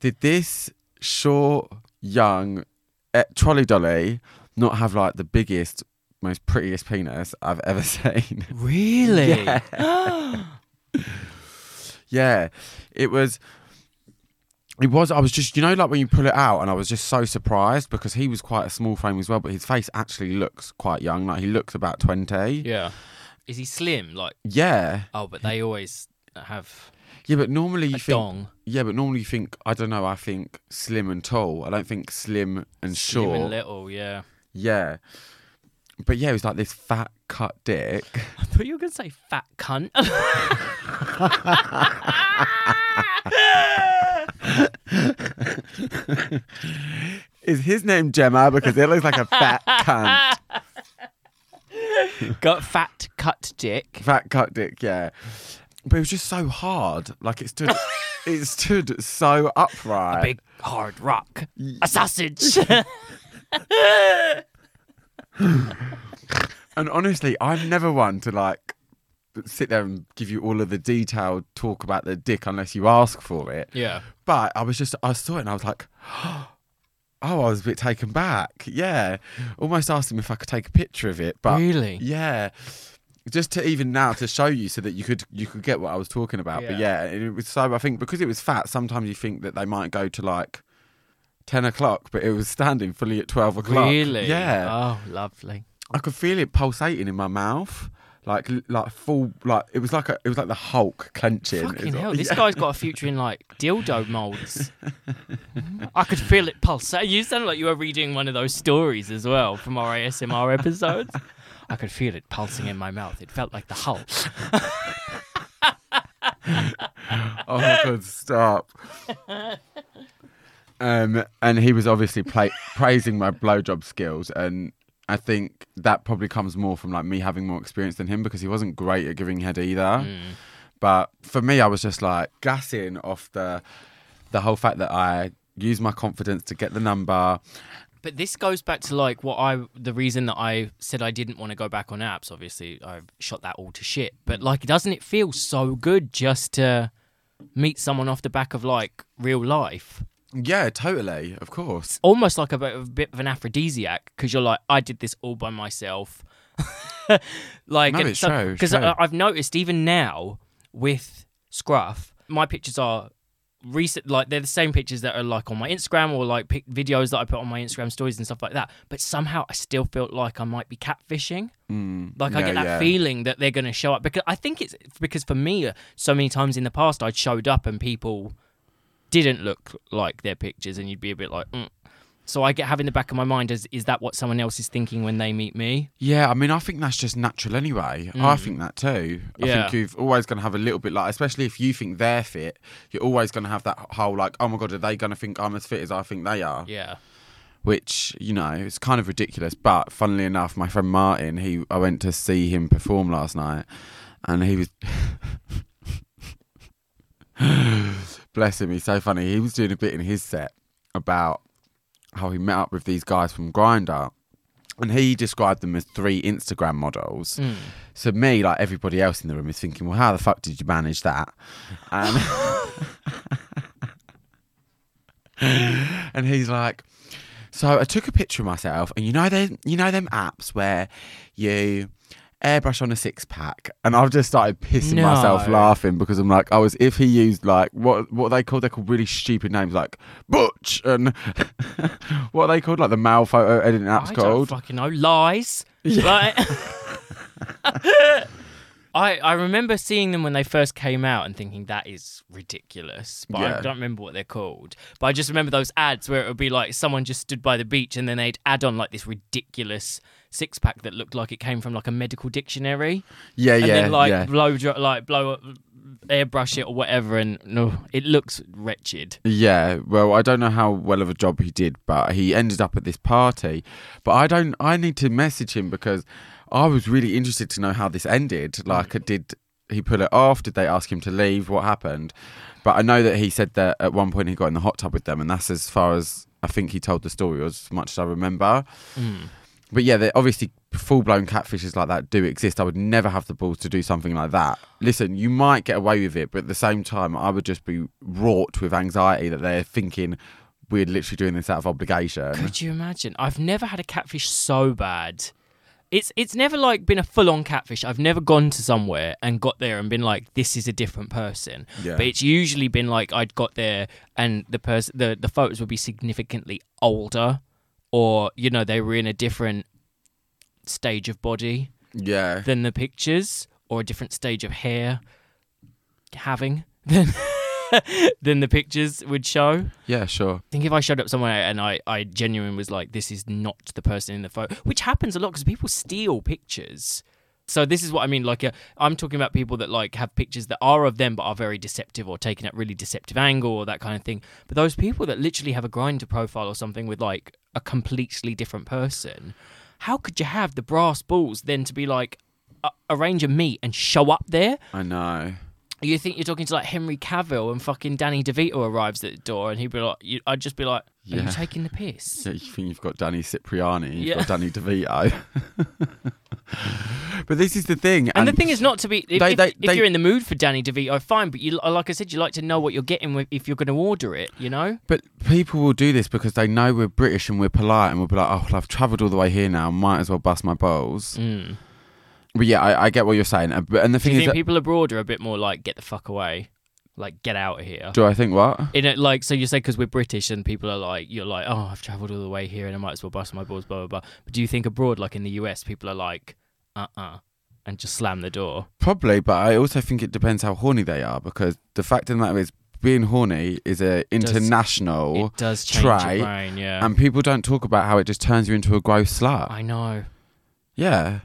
[SPEAKER 2] Did this short, young eh, trolley dolly not have like the biggest, most prettiest penis I've ever seen?
[SPEAKER 1] Really?
[SPEAKER 2] Yeah, it was. It was. I was just, you know, like when you pull it out, and I was just so surprised because he was quite a small frame as well, but his face actually looks quite young. Like he looks about twenty. Yeah,
[SPEAKER 1] yeah. Is he slim? Like
[SPEAKER 2] yeah,
[SPEAKER 1] oh, but they always have
[SPEAKER 2] but normally you
[SPEAKER 1] a
[SPEAKER 2] think.
[SPEAKER 1] dong,
[SPEAKER 2] Yeah, but normally you think. I don't know. I think slim and tall. I don't think slim and
[SPEAKER 1] slim
[SPEAKER 2] short.
[SPEAKER 1] and little. Yeah.
[SPEAKER 2] yeah, but yeah, it was like this fat cut dick.
[SPEAKER 1] I thought you were gonna say fat cunt. Ah!
[SPEAKER 2] Is his name Gemma? Because it looks like a fat cunt.
[SPEAKER 1] Got fat cut dick.
[SPEAKER 2] Fat cut dick, yeah. But it was just so hard. Like it stood, it stood so upright.
[SPEAKER 1] Big hard rock. A sausage.
[SPEAKER 2] And honestly, I'm never one to like sit there and give you all of the detailed talk about the dick unless you ask for it.
[SPEAKER 1] yeah.
[SPEAKER 2] But I was just, I saw it and I was like, oh, I was a bit taken back. Yeah. Almost asked him if I could take a picture of it. But
[SPEAKER 1] Really?
[SPEAKER 2] Yeah. Just to even now to show you so that you could you could get what I was talking about. But yeah,
[SPEAKER 1] Yeah.
[SPEAKER 2] and it was so I think because it was fat, sometimes you think that they might go to like ten o'clock, but it was standing fully at twelve o'clock.
[SPEAKER 1] Really?
[SPEAKER 2] Yeah.
[SPEAKER 1] Oh, lovely.
[SPEAKER 2] I could feel it pulsating in my mouth. Like like full like it was like a it was like the Hulk clenching. It
[SPEAKER 1] Fucking
[SPEAKER 2] was
[SPEAKER 1] hell,
[SPEAKER 2] like-
[SPEAKER 1] this
[SPEAKER 2] yeah.
[SPEAKER 1] guy's got a future in like dildo molds. I could feel it pulsate. You sound like you were reading one of those stories as well from our ASMR episodes. I could feel it pulsing in my mouth. It felt like the Hulk.
[SPEAKER 2] Oh my god, stop. um and he was obviously pla- praising my blowjob skills and I think that probably comes more from like me having more experience than him because he wasn't great at giving head either.
[SPEAKER 1] Hmm.
[SPEAKER 2] But for me I was just like gassing off the the whole fact that I used my confidence to get the number.
[SPEAKER 1] But this goes back to like what I the reason that I said I didn't want to go back on apps. Obviously, I shot that all to shit. But like, doesn't it feel so good just to meet someone off the back of like real life?
[SPEAKER 2] Yeah, totally. Of course.
[SPEAKER 1] almost like a bit, a bit of an aphrodisiac because you're like, I did this all by myself. like,
[SPEAKER 2] No, it's true, it's
[SPEAKER 1] Because
[SPEAKER 2] true.
[SPEAKER 1] I've noticed even now with Scruff, my pictures are recent, like they're the same pictures that are like on my Instagram or like pic- videos that I put on my Instagram stories and stuff like that. But somehow I still feel like I might be catfishing. Like I
[SPEAKER 2] Mm, yeah,
[SPEAKER 1] get that
[SPEAKER 2] yeah.
[SPEAKER 1] feeling that they're going to show up because I think it's because for me, uh, so many times in the past I'd showed up and people didn't look like their pictures, and you'd be a bit like, mm. So I get have in the back of my mind is is that what someone else is thinking when they meet me?
[SPEAKER 2] Yeah, I mean, I think that's just natural anyway. I think that too. I
[SPEAKER 1] Yeah.
[SPEAKER 2] think you've always going to have a little bit like, especially if you think they're fit, you're always going to have that whole like, oh my god, are they going to think I'm as fit as I think they are?
[SPEAKER 1] Yeah.
[SPEAKER 2] Which you know, it's kind of ridiculous. But funnily enough, my friend Martin, he I went to see him perform last night, and he was. Bless him, he's so funny. He was doing a bit in his set about how he met up with these guys from Grinder, and he described them as three Instagram models.
[SPEAKER 1] Mm.
[SPEAKER 2] So me, like everybody else in the room, is thinking, well, how the fuck did you manage that? And, and he's like, so I took a picture of myself, and you know them, you know them apps where you airbrush on a six pack, and I've just started pissing
[SPEAKER 1] No.
[SPEAKER 2] myself laughing because I'm like, I was if he used like what what are they called they're called really stupid names like butch and what are they called like the male photo editing apps
[SPEAKER 1] I
[SPEAKER 2] called.
[SPEAKER 1] don't fucking know. Lies. Like- I, I remember seeing them when they first came out and thinking that is ridiculous, but
[SPEAKER 2] Yeah.
[SPEAKER 1] I don't remember what they're called. But I just remember those ads where it would be like someone just stood by the beach and then they'd add on like this ridiculous six pack that looked like it came from like a medical dictionary,
[SPEAKER 2] yeah, yeah,
[SPEAKER 1] and then like
[SPEAKER 2] yeah.
[SPEAKER 1] blow dry, like blow up, airbrush it or whatever, and no, it looks wretched.
[SPEAKER 2] Yeah, well, I don't know how well of a job he did, but he ended up at this party. But I don't. I need to message him because I was really interested to know how this ended. Like, did he pull it off? Did they ask him to leave? What happened? But I know that he said that at one point he got in the hot tub with them, and that's as far as I think he told the story, or as much as I remember. Hmm. But yeah, they- obviously, full blown catfishes like that do exist. I would never have the balls to do something like that. Listen, you might get away with it, but at the same time, I would just be wrought with anxiety that they're thinking we're literally doing this out of obligation.
[SPEAKER 1] Could you imagine? I've never had a catfish so bad. It's it's never like been a full on catfish. I've never gone to somewhere and got there and been like, this is a different person.
[SPEAKER 2] Yeah.
[SPEAKER 1] But it's usually been like I'd got there and the person the, the photos would be significantly older or, you know, they were in a different stage of body
[SPEAKER 2] yeah.
[SPEAKER 1] than the pictures or a different stage of hair having than than the pictures would show
[SPEAKER 2] Yeah, sure.
[SPEAKER 1] think if I showed up somewhere and I, I genuinely was like, this is not the person in the photo, which happens a lot because people steal pictures. So this is what I mean. Like, uh, I'm talking about people that like have pictures that are of them but are very deceptive or taken at really deceptive angle or that kind of thing. But those people that literally have a grinder profile or something with like a completely different person, how could you have the brass balls then to be like a- arrange a meet and show up there?
[SPEAKER 2] I know.
[SPEAKER 1] You think you're talking to like Henry Cavill and fucking Danny DeVito arrives at the door and he'd be like, you, I'd just be like, are
[SPEAKER 2] Yeah.
[SPEAKER 1] you taking the piss?
[SPEAKER 2] So you think you've got Danny Cipriani, you've
[SPEAKER 1] Yeah.
[SPEAKER 2] got Danny DeVito. but this is the thing.
[SPEAKER 1] And, the thing is not to be, if,
[SPEAKER 2] They-
[SPEAKER 1] if-
[SPEAKER 2] they-
[SPEAKER 1] if
[SPEAKER 2] they-
[SPEAKER 1] you're in the mood for Danny DeVito, fine, but you, like I said, you like to know what you're getting with, if you're going to order it, you know?
[SPEAKER 2] But people will do this because they know we're British and we're polite and we'll be like, oh, well, I've travelled all the way here now, might as well bust my balls.
[SPEAKER 1] Mm.
[SPEAKER 2] But yeah, I, I get what you're saying. Uh, but- And the
[SPEAKER 1] Do
[SPEAKER 2] thing
[SPEAKER 1] you
[SPEAKER 2] is,
[SPEAKER 1] think
[SPEAKER 2] that-
[SPEAKER 1] people abroad are a bit more like, get the fuck away? Like, get out of here.
[SPEAKER 2] do I think what?
[SPEAKER 1] In it, like, so you say because we're British and people are like, you're like, oh, I've travelled all the way here and I might as well bust my balls, blah, blah, blah. But do you think abroad, like in the US, people are like, uh-uh, and just slam the door?
[SPEAKER 2] Probably, but I also think it depends how horny they are because the fact of the matter is, being horny is a international,
[SPEAKER 1] It does change
[SPEAKER 2] try
[SPEAKER 1] your brain, yeah.
[SPEAKER 2] and people don't talk about how it just turns you into a gross slut.
[SPEAKER 1] I know.
[SPEAKER 2] yeah,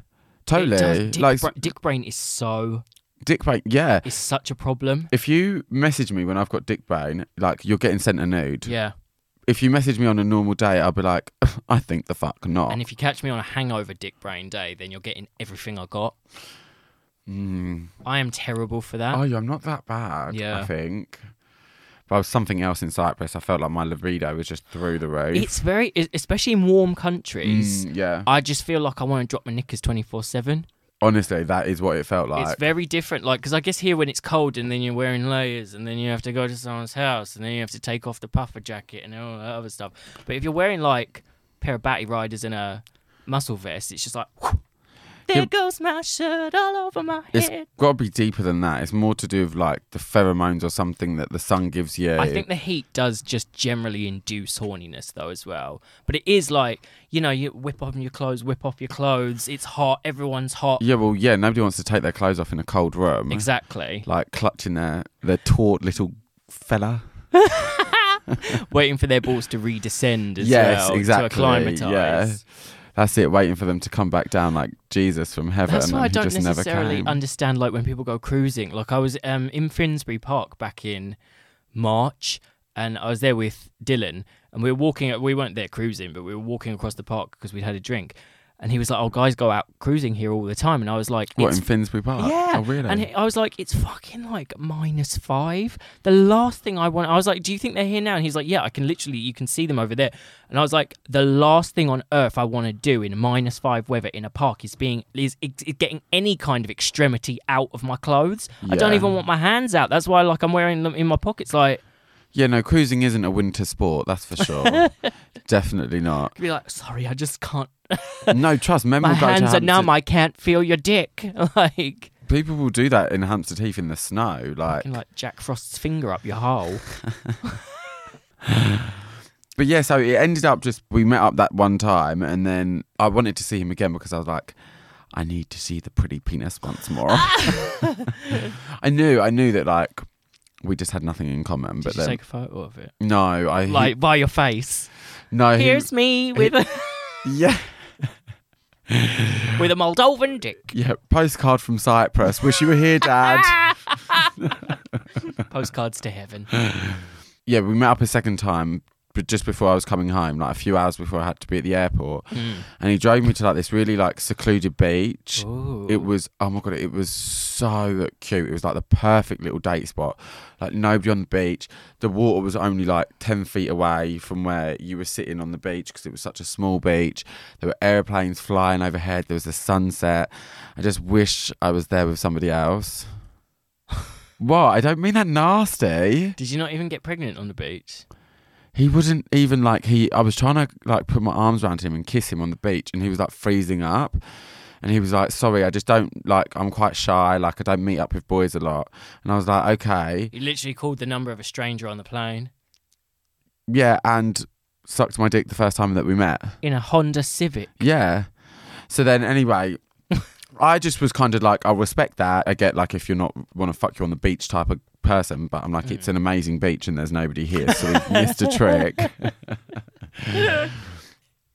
[SPEAKER 2] totally.
[SPEAKER 1] It does. Dick,
[SPEAKER 2] like
[SPEAKER 1] bra- dick brain is so
[SPEAKER 2] dick brain. Yeah,
[SPEAKER 1] is such a problem.
[SPEAKER 2] if you message me when I've got dick brain, like you're getting sent a nude.
[SPEAKER 1] Yeah.
[SPEAKER 2] If you message me on a normal day, I'll be like, I think the fuck not.
[SPEAKER 1] And if you catch me on a hangover dick brain day, then you're getting everything I got.
[SPEAKER 2] Mm.
[SPEAKER 1] I am terrible for that.
[SPEAKER 2] Oh, yeah, I'm not that bad. I
[SPEAKER 1] Yeah.
[SPEAKER 2] think. But I was something else in Cyprus. I felt like my libido was just through the roof.
[SPEAKER 1] it's very es- especially in warm countries.
[SPEAKER 2] Mm, yeah.
[SPEAKER 1] I just feel like I want to drop my knickers 24/7.
[SPEAKER 2] Honestly, that is what it felt like.
[SPEAKER 1] it's very different like cuz I guess here when it's cold and then you're wearing layers and then you have to go to someone's house and then you have to take off the puffer jacket and all that other stuff. But if you're wearing like a pair of batty riders and a muscle vest, it's just like there
[SPEAKER 2] Yeah.
[SPEAKER 1] goes my shirt all over my
[SPEAKER 2] It's
[SPEAKER 1] head.
[SPEAKER 2] got to be deeper than that. It's more to do with like the pheromones or something that the sun gives you.
[SPEAKER 1] I think the heat does just generally induce horniness, though, as well. But it is like, you know, you whip on your clothes, whip off your clothes. It's hot. Everyone's hot.
[SPEAKER 2] Yeah, well, yeah. Nobody wants to take their clothes off in a cold room,
[SPEAKER 1] Exactly.
[SPEAKER 2] like clutching their their taut little fella.
[SPEAKER 1] waiting for their balls to redescend as
[SPEAKER 2] Yes,
[SPEAKER 1] well
[SPEAKER 2] exactly,
[SPEAKER 1] to acclimatize.
[SPEAKER 2] yeah. That's it, waiting for them to come back down like Jesus from heaven.
[SPEAKER 1] That's
[SPEAKER 2] and
[SPEAKER 1] why I
[SPEAKER 2] he
[SPEAKER 1] don't
[SPEAKER 2] just never
[SPEAKER 1] necessarily
[SPEAKER 2] came.
[SPEAKER 1] understand like when people go cruising. Like I was um, in Finsbury Park back in March, and I was there with Dylan, and we were walking. We weren't there cruising, but we were walking across the park because we'd had a drink, and he was like, "Oh, guys go out cruising here all the time," and I was like,
[SPEAKER 2] what,
[SPEAKER 1] "It's
[SPEAKER 2] in Finsbury Park?
[SPEAKER 1] yeah.
[SPEAKER 2] Oh, really?
[SPEAKER 1] And he- I was like, it's fucking like minus five. The last thing I want, I was like, do you think they're here now? And he's like, yeah, I can literally, you can see them over there. And I was like, the last thing on earth I want to do in minus five weather in a park is being, is, is getting any kind of extremity out of my clothes. I don't
[SPEAKER 2] Yeah.
[SPEAKER 1] even want my hands out. That's why, like, I'm wearing them in my pockets. Like,
[SPEAKER 2] yeah, no, cruising isn't a winter sport, that's for sure. Definitely not.
[SPEAKER 1] be like, sorry, I just can't.
[SPEAKER 2] No, trust. Men
[SPEAKER 1] My
[SPEAKER 2] will go to
[SPEAKER 1] hands are
[SPEAKER 2] Hampstead-
[SPEAKER 1] numb. I can't feel your dick. like,
[SPEAKER 2] People will do that in Hampstead Heath in the snow, like.
[SPEAKER 1] fucking, like Jack Frost's finger up your hole.
[SPEAKER 2] But yeah, so it ended up just we met up that one time, and then I wanted to see him again because I was like, I need to see the pretty penis once more. I knew, I knew that like we just had nothing in common.
[SPEAKER 1] Did
[SPEAKER 2] but
[SPEAKER 1] you
[SPEAKER 2] then
[SPEAKER 1] take a photo of it?
[SPEAKER 2] no, I he-
[SPEAKER 1] Like, by your face.
[SPEAKER 2] no, he-
[SPEAKER 1] Here's me with a,
[SPEAKER 2] yeah,
[SPEAKER 1] with a Moldovan dick.
[SPEAKER 2] yeah, postcard from Cyprus. Wish you were here, Dad.
[SPEAKER 1] Postcards to heaven.
[SPEAKER 2] yeah, we met up a second time, but just before I was coming home, like a few hours before I had to be at the airport, and he drove me to like this really like secluded beach.
[SPEAKER 1] Ooh.
[SPEAKER 2] It was oh my god, it was so cute. It was like the perfect little date spot. Like nobody on the beach. The water was only like ten feet away from where you were sitting on the beach because it was such a small beach. There were airplanes flying overhead. There was the sunset. I just wish I was there with somebody else. what? I don't mean that nasty.
[SPEAKER 1] Did you not even get pregnant on the beach?
[SPEAKER 2] He wouldn't even like he. I was trying to like put my arms around him and kiss him on the beach, and he was like freezing up. And he was like, "Sorry, I just don't like. I'm quite shy. Like I don't meet up with boys a lot." And I was like, "Okay,
[SPEAKER 1] You literally called the number of a stranger on the plane
[SPEAKER 2] yeah," and sucked my dick the first time that we met.
[SPEAKER 1] in a Honda Civic.
[SPEAKER 2] Yeah. So then, anyway, I just was kind of like, I respect that. I get like if you're not want to fuck you on the beach type of person, but I'm like, it's an amazing beach and there's nobody here, so we've missed a trick.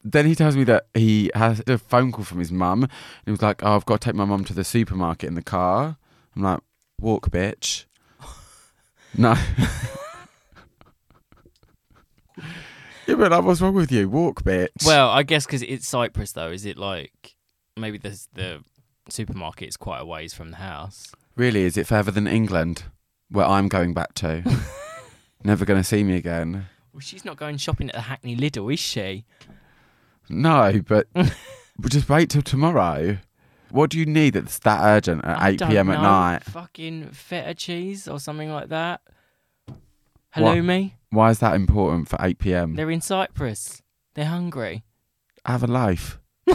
[SPEAKER 2] Then he tells me that he has a phone call from his mum. And he was like, Oh, I've got to take my mum to the supermarket in the car. I'm like, Walk, bitch. no. yeah, but like, what's wrong with you? Walk, bitch.
[SPEAKER 1] Well, I guess because it's Cyprus, though. Is it like maybe the the supermarket is quite a ways from the house?
[SPEAKER 2] Really, is it further than England, where I'm going back to? Never going to see me again.
[SPEAKER 1] Well, she's not going shopping at the Hackney Lidl, is she?
[SPEAKER 2] No, but but just wait till tomorrow. What do you need that's that urgent at
[SPEAKER 1] I
[SPEAKER 2] 8
[SPEAKER 1] don't
[SPEAKER 2] p.m. at
[SPEAKER 1] know.
[SPEAKER 2] night?
[SPEAKER 1] Fucking feta cheese or something like that.
[SPEAKER 2] What?
[SPEAKER 1] Halloumi.
[SPEAKER 2] Why is that important for 8 p.m.?
[SPEAKER 1] They're in Cyprus. They're hungry.
[SPEAKER 2] Have a life.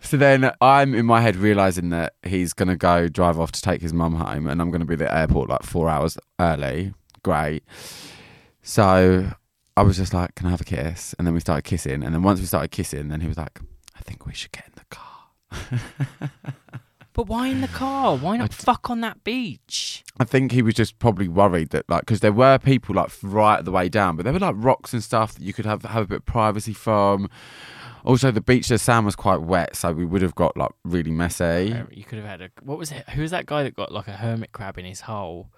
[SPEAKER 2] so then I'm in my head realizing that he's going to go drive off to take his mum home and I'm going to be at the airport like four hours early. Great. So I was just like, can I have a kiss? And then we started kissing. And then once we started kissing, then he was like, I think we should get in the car.
[SPEAKER 1] But why in the car? Why not fuck on that beach?
[SPEAKER 2] I think he was just probably worried that, like, because there were people like right the way down, but there were like rocks and stuff that you could have have a bit of privacy from. Also, the beach, the sand was quite wet, so we would have got like really messy.
[SPEAKER 1] Um, You could have had a. What was it? Who was that guy that got like a hermit crab in his hole?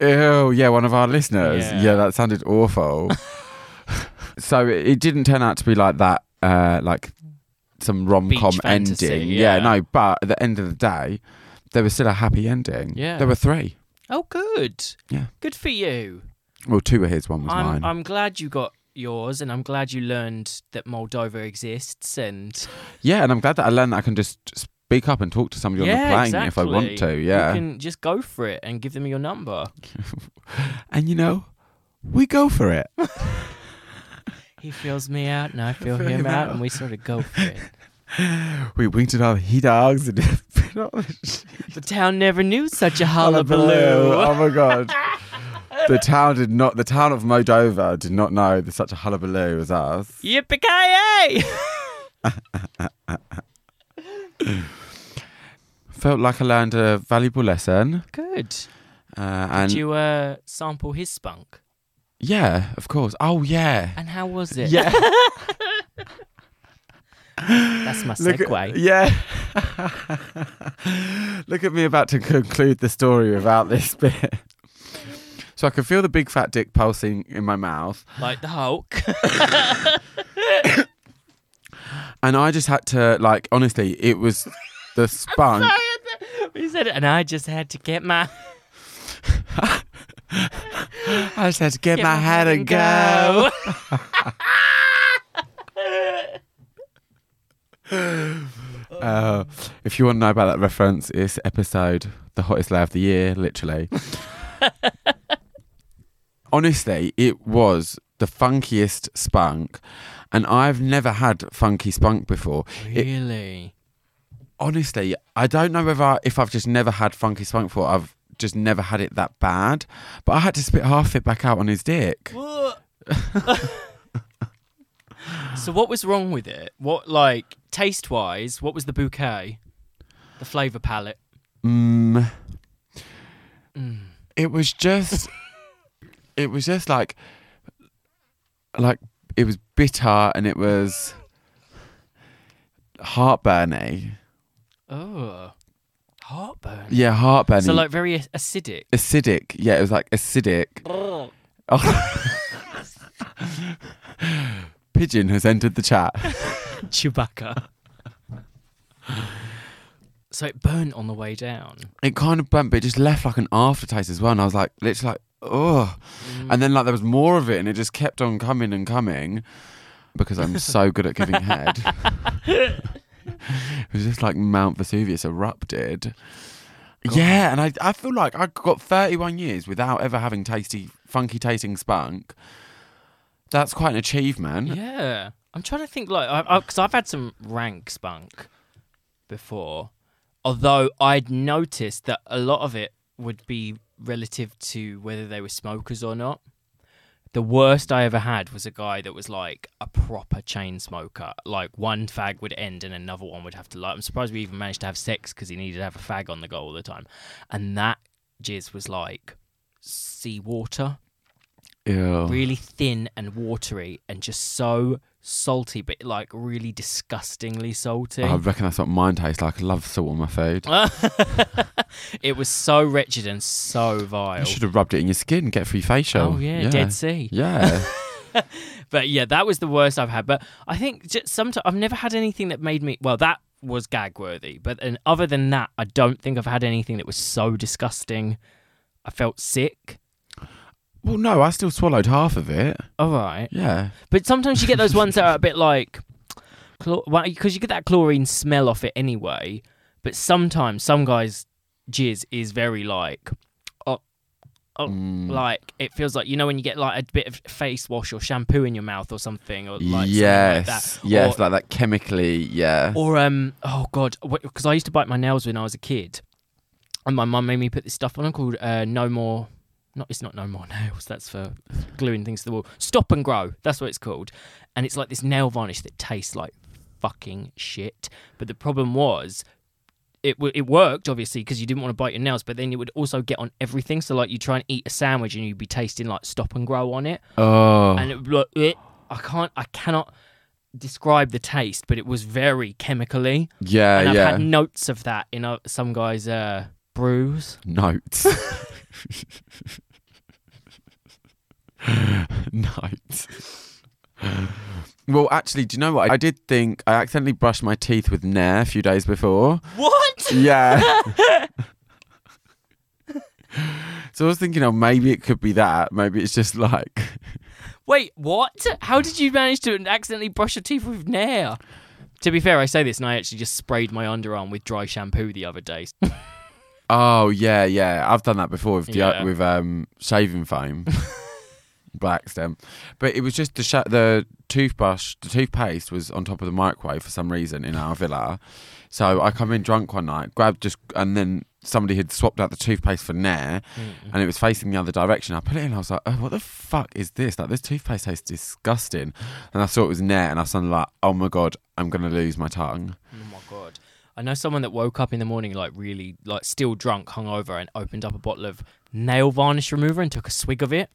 [SPEAKER 2] Ew, yeah, one of our listeners.
[SPEAKER 1] Yeah.
[SPEAKER 2] Yeah, that sounded awful. so it, it didn't turn out to be like that, uh, like some rom com
[SPEAKER 1] Beach
[SPEAKER 2] ending.
[SPEAKER 1] fantasy,
[SPEAKER 2] yeah.
[SPEAKER 1] yeah.
[SPEAKER 2] no, but at the end of the day, there was still a happy ending.
[SPEAKER 1] Yeah.
[SPEAKER 2] There were three.
[SPEAKER 1] Oh, good.
[SPEAKER 2] Yeah.
[SPEAKER 1] Good for you.
[SPEAKER 2] Well, two were his, one was mine.
[SPEAKER 1] I'm, I'm glad you got yours, and I'm glad you learned that Moldova exists. And
[SPEAKER 2] Yeah, and I'm glad that I learned that I can just speak up and talk to somebody on the
[SPEAKER 1] yeah,
[SPEAKER 2] plane
[SPEAKER 1] exactly.
[SPEAKER 2] if I want to.
[SPEAKER 1] you
[SPEAKER 2] Yeah,
[SPEAKER 1] can just go for it and give them your number.
[SPEAKER 2] and you know, we go for it.
[SPEAKER 1] He feels me out, and I feel
[SPEAKER 2] Feel
[SPEAKER 1] him
[SPEAKER 2] him
[SPEAKER 1] out,
[SPEAKER 2] out.
[SPEAKER 1] and we sort of go for it.
[SPEAKER 2] we winked at our he dogs and
[SPEAKER 1] the town never knew such a hullabaloo.
[SPEAKER 2] Oh my god. The town did not. The town of Moldova did not know there's such a hullabaloo as us.
[SPEAKER 1] Yippee ki
[SPEAKER 2] Felt like I learned a valuable lesson,
[SPEAKER 1] Good.
[SPEAKER 2] Uh, and
[SPEAKER 1] Did you uh, sample his spunk?
[SPEAKER 2] yeah, of course. Oh yeah.
[SPEAKER 1] And how was it?
[SPEAKER 2] Yeah.
[SPEAKER 1] That's my
[SPEAKER 2] Look at-
[SPEAKER 1] segue.
[SPEAKER 2] yeah. Look at me about to conclude the story without this bit. So I could feel the big fat dick pulsing in my mouth,
[SPEAKER 1] Like the Hulk.
[SPEAKER 2] and I just had to like honestly, it was the spunk.
[SPEAKER 1] he said it, and I just had to get my
[SPEAKER 2] I just had to get, my, head and go. Uh, if you want to know about that reference, it's episode the hottest lay of the year, literally. Honestly, it was the funkiest spunk, and I've never had funky spunk before. It-
[SPEAKER 1] Really?
[SPEAKER 2] honestly, I don't know whether I, if I've just never had funky spunk before. I've just never had it that bad, but I had to spit half it back out on his dick.
[SPEAKER 1] What? so what was wrong with it? What like taste wise? What was the bouquet? The flavour palette.
[SPEAKER 2] Mm.
[SPEAKER 1] Mm.
[SPEAKER 2] It was just, it was just like, like it was bitter and it was heartburny.
[SPEAKER 1] Oh, heartburn.
[SPEAKER 2] Yeah, heartburny.
[SPEAKER 1] So like very ac- acidic.
[SPEAKER 2] acidic. Yeah, it was like acidic. Pigeon has entered the chat.
[SPEAKER 1] Chewbacca. so it burnt on the way down.
[SPEAKER 2] It kind of burnt, but it just left like an aftertaste as well. And I was like, literally like, oh.
[SPEAKER 1] Mm.
[SPEAKER 2] And then like there was more of it, and it just kept on coming and coming because I'm so good at giving head. it was just like Mount Vesuvius erupted. Yeah, and I, I feel like I got 31 years without ever having tasty, funky tasting spunk. That's quite an achievement.
[SPEAKER 1] Yeah, I'm trying to think like because I've had some rank spunk before, although I'd noticed that a lot of it would be relative to whether they were smokers or not. The worst I ever had was a guy that was like a proper chain smoker. Like one fag would end and another one would have to light. I'm surprised we even managed to have sex because he needed to have a fag on the go all the time. And that jizz was like seawater
[SPEAKER 2] Ew.
[SPEAKER 1] really thin and watery and just so salty, but like really disgustingly salty.
[SPEAKER 2] Oh, I reckon that's what mine tastes like. I love salt on my food.
[SPEAKER 1] it was so wretched and so vile.
[SPEAKER 2] You should have rubbed it in your skin, get free facial.
[SPEAKER 1] Oh yeah, Dead Sea.
[SPEAKER 2] Yeah.
[SPEAKER 1] But yeah, that was the worst I've had. But I think just sometimes I've never had anything that made me. Well, that was gag worthy. But and other than that, I don't think I've had anything that was so disgusting. I felt sick.
[SPEAKER 2] well, no, I still swallowed half of it.
[SPEAKER 1] All right.
[SPEAKER 2] Yeah.
[SPEAKER 1] But sometimes you get those ones that are a bit like, because you get that chlorine smell off it anyway. But sometimes some guys' jizz is very like, oh, oh, like it feels like you know when you get like a bit of face wash or shampoo in your mouth or something or like something like
[SPEAKER 2] yes.
[SPEAKER 1] that.
[SPEAKER 2] Yes,
[SPEAKER 1] Or,
[SPEAKER 2] like that chemically. Yeah.
[SPEAKER 1] or um, oh god, because I used to bite my nails when I was a kid, and my mum made me put this stuff on called uh, No More. Not it's not No More Nails. That's for gluing things to the wall. Stop and Grow. That's what it's called, and it's like this nail varnish that tastes like fucking shit. But the problem was. It, w- it worked obviously because you didn't want to bite your nails, but then it would also get on everything. So like you try and eat a sandwich and you'd be tasting like stop and grow on it,
[SPEAKER 2] oh.
[SPEAKER 1] and it would be like, "Ugh." I can't, I cannot describe the taste, but it was very chemically.
[SPEAKER 2] yeah,
[SPEAKER 1] And I've
[SPEAKER 2] Uh, yeah.
[SPEAKER 1] had notes of that in uh, some guys' uh, brews.
[SPEAKER 2] Notes. Notes. Well, actually, do you know what? I did think I accidentally brushed my teeth with Nair a few days before.
[SPEAKER 1] What?
[SPEAKER 2] Yeah. so I was thinking, oh, maybe it could be that. Maybe it's just like
[SPEAKER 1] Wait, what? How did you manage to accidentally brush your teeth with Nair? To be fair, I say this, and I actually just sprayed my underarm with dry shampoo the other day. Mm,
[SPEAKER 2] Oh yeah, yeah. I've done that before with the,
[SPEAKER 1] Yeah.
[SPEAKER 2] with um shaving foam, black stem. But it was just the sh- the toothbrush, the toothpaste was on top of the microwave for some reason in our villa. So I come in drunk one night, grabbed just, and then somebody had swapped out the toothpaste for Nair,
[SPEAKER 1] mm.
[SPEAKER 2] and it was facing the other direction. I put it in, I was like, oh, what the fuck is this? Like this toothpaste tastes disgusting. And I saw it was Nair, and I was suddenly like, oh my god, I'm gonna lose my tongue.
[SPEAKER 1] Oh my god. I I know someone that woke up in the morning like really like still drunk, hungover, and opened up a bottle of nail varnish remover and took a swig of it.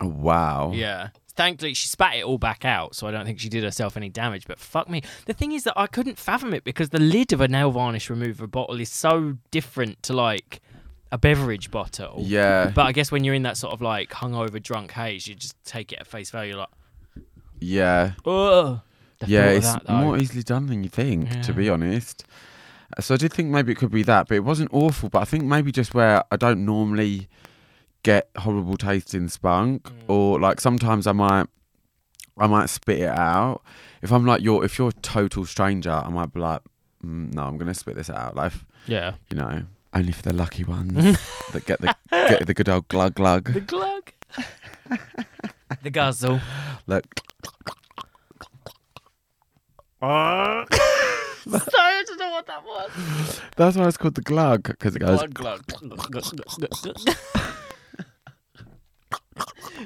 [SPEAKER 2] Oh, wow.
[SPEAKER 1] Yeah. Thankfully, she spat it all back out, so I don't think she did herself any damage. But fuck me, the thing is that I couldn't fathom it because the lid of a nail varnish remover bottle is so different to like a beverage bottle.
[SPEAKER 2] Yeah.
[SPEAKER 1] But I guess when you're in that sort of like hungover, drunk haze, you just take it at face value. You're like,
[SPEAKER 2] Yeah.
[SPEAKER 1] oh,
[SPEAKER 2] yeah, it's
[SPEAKER 1] that, though.
[SPEAKER 2] more easily done than you think, to
[SPEAKER 1] Yeah.
[SPEAKER 2] be honest. Uh, So I did think maybe it could be that, but it wasn't awful. But I think maybe just where I don't normally get horrible taste in spunk,
[SPEAKER 1] Mm.
[SPEAKER 2] or like sometimes I might, I might spit it out. If I'm like you're, if you're a total stranger, I might be like, mm, no, I'm gonna spit this out. Like,
[SPEAKER 1] yeah,
[SPEAKER 2] you know, only for the lucky ones that get the get the good old glug glug.
[SPEAKER 1] the glug, the guzzle.
[SPEAKER 2] Look,
[SPEAKER 1] Sorry, I don't know what that was.
[SPEAKER 2] that's why it's called the glug because it goes.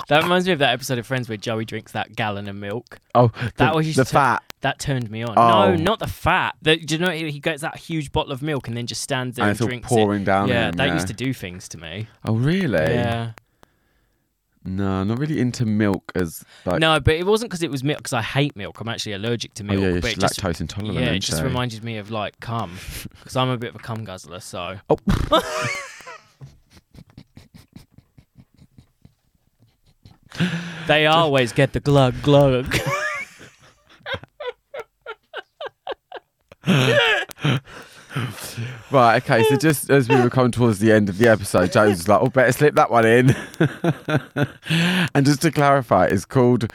[SPEAKER 1] that reminds me of that episode of Friends where Joey drinks that gallon of milk.
[SPEAKER 2] Oh,
[SPEAKER 1] That
[SPEAKER 2] the,
[SPEAKER 1] was used
[SPEAKER 2] the
[SPEAKER 1] to-
[SPEAKER 2] fat.
[SPEAKER 1] That turned me on.
[SPEAKER 2] Oh.
[SPEAKER 1] No, not the fat. The, do you know he he gets that huge bottle of milk and then just stands there
[SPEAKER 2] And
[SPEAKER 1] and,
[SPEAKER 2] it's all
[SPEAKER 1] drinks
[SPEAKER 2] pouring
[SPEAKER 1] it.
[SPEAKER 2] down
[SPEAKER 1] Yeah,
[SPEAKER 2] him,
[SPEAKER 1] that
[SPEAKER 2] yeah.
[SPEAKER 1] used to do things to me.
[SPEAKER 2] Oh, really?
[SPEAKER 1] Yeah.
[SPEAKER 2] No, not really into milk as like.
[SPEAKER 1] no, but it wasn't because it was milk. Because I hate milk. I'm actually allergic to
[SPEAKER 2] Oh,
[SPEAKER 1] milk.
[SPEAKER 2] yeah,
[SPEAKER 1] but
[SPEAKER 2] she's
[SPEAKER 1] it just,
[SPEAKER 2] lactose intolerant.
[SPEAKER 1] yeah, it
[SPEAKER 2] ain't
[SPEAKER 1] just
[SPEAKER 2] she?
[SPEAKER 1] reminded me of like cum. Because I'm a bit of a cum guzzler. So
[SPEAKER 2] Oh.
[SPEAKER 1] they always get the glug glug.
[SPEAKER 2] Right, okay, so just as we were coming towards the end of the episode, James was like, oh, better slip that one in. and just to clarify, it's called.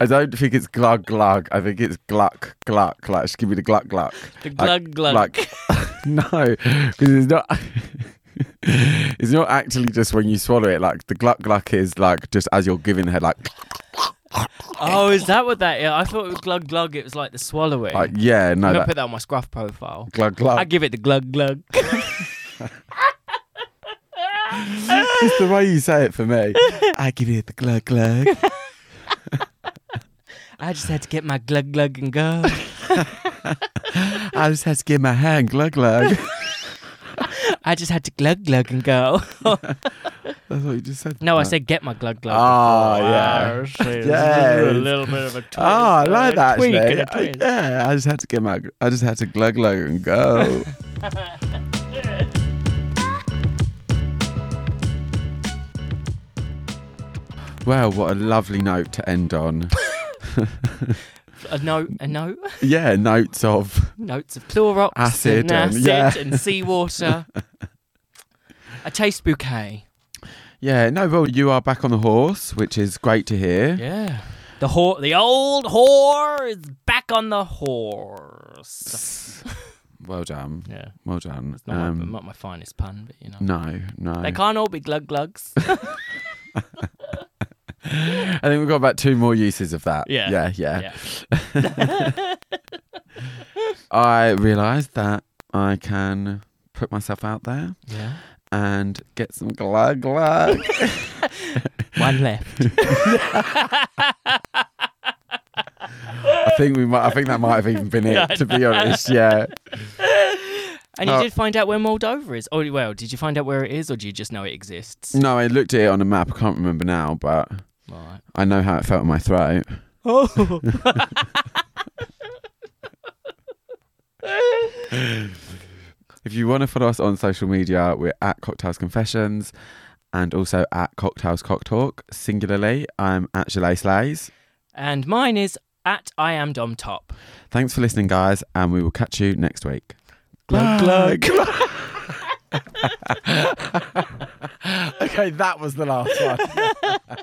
[SPEAKER 2] I don't think it's glug glug. I think it's gluck gluck. Like, just give me the gluck gluck.
[SPEAKER 1] The
[SPEAKER 2] Like-
[SPEAKER 1] glug glug.
[SPEAKER 2] Like, no, because it's not. it's not actually just when you swallow it. Like the gluck gluck is like just as you're giving her like
[SPEAKER 1] oh, is that what that? Is? I thought it was glug glug. It was like the swallowing.
[SPEAKER 2] like yeah no
[SPEAKER 1] I'm gonna
[SPEAKER 2] that Oh.
[SPEAKER 1] put that on my scruff profile.
[SPEAKER 2] glug glug.
[SPEAKER 1] I give it the glug glug.
[SPEAKER 2] It's the way you say it for me. I give you the glug glug.
[SPEAKER 1] I just had to get my glug glug and go.
[SPEAKER 2] I just had to give my hand glug glug.
[SPEAKER 1] I just had to glug glug and go.
[SPEAKER 2] That's what you just said.
[SPEAKER 1] No, I said get my glug glug.
[SPEAKER 2] Uh, Ah,
[SPEAKER 1] Oh,
[SPEAKER 2] yeah.
[SPEAKER 1] I see. This is
[SPEAKER 2] Yes.
[SPEAKER 1] A little bit of a twist.
[SPEAKER 2] Ah, I
[SPEAKER 1] a
[SPEAKER 2] like that.
[SPEAKER 1] tweak and
[SPEAKER 2] actually.
[SPEAKER 1] a twist.
[SPEAKER 2] Yeah, I just had to get my. I just had to glug glug and go. Well, what a lovely note to end on.
[SPEAKER 1] A note, a note,
[SPEAKER 2] Yeah, notes of.
[SPEAKER 1] notes of Clorox,
[SPEAKER 2] Acid
[SPEAKER 1] and
[SPEAKER 2] and-
[SPEAKER 1] acid,
[SPEAKER 2] yeah.
[SPEAKER 1] and seawater. a taste bouquet.
[SPEAKER 2] Yeah, no, well, you are back on the horse, which is great to hear.
[SPEAKER 1] Yeah. The whore, the old whore is back on the horse.
[SPEAKER 2] Well done.
[SPEAKER 1] Yeah.
[SPEAKER 2] Well done.
[SPEAKER 1] It's not,
[SPEAKER 2] Um,
[SPEAKER 1] my, not my finest pun, but you know.
[SPEAKER 2] no, no.
[SPEAKER 1] They can't all be glug glugs.
[SPEAKER 2] I think we've got about two more uses of that.
[SPEAKER 1] Yeah.
[SPEAKER 2] Yeah, yeah.
[SPEAKER 1] yeah.
[SPEAKER 2] I realised that I can put myself out there
[SPEAKER 1] Yeah.
[SPEAKER 2] and get some glug glug.
[SPEAKER 1] One left.
[SPEAKER 2] I think we might. I think that might have even been it. to be honest, yeah.
[SPEAKER 1] And you
[SPEAKER 2] Oh.
[SPEAKER 1] did find out where Moldova is. Oh, well, did you find out where it is or do you just know it exists?
[SPEAKER 2] No, I looked at it on a map. I can't remember now, but
[SPEAKER 1] Right.
[SPEAKER 2] I know how it felt in my throat.
[SPEAKER 1] Oh.
[SPEAKER 2] If you want to follow us on social media, we're at Cocktails Confessions and also at Cocktails Cock Talk. Singularly, I'm at Chalet Slays.
[SPEAKER 1] and mine is at I am Dom Top.
[SPEAKER 2] Thanks for listening, guys, and we will catch you next week.
[SPEAKER 1] Glug, glug.
[SPEAKER 2] Oh, okay, that was the last one.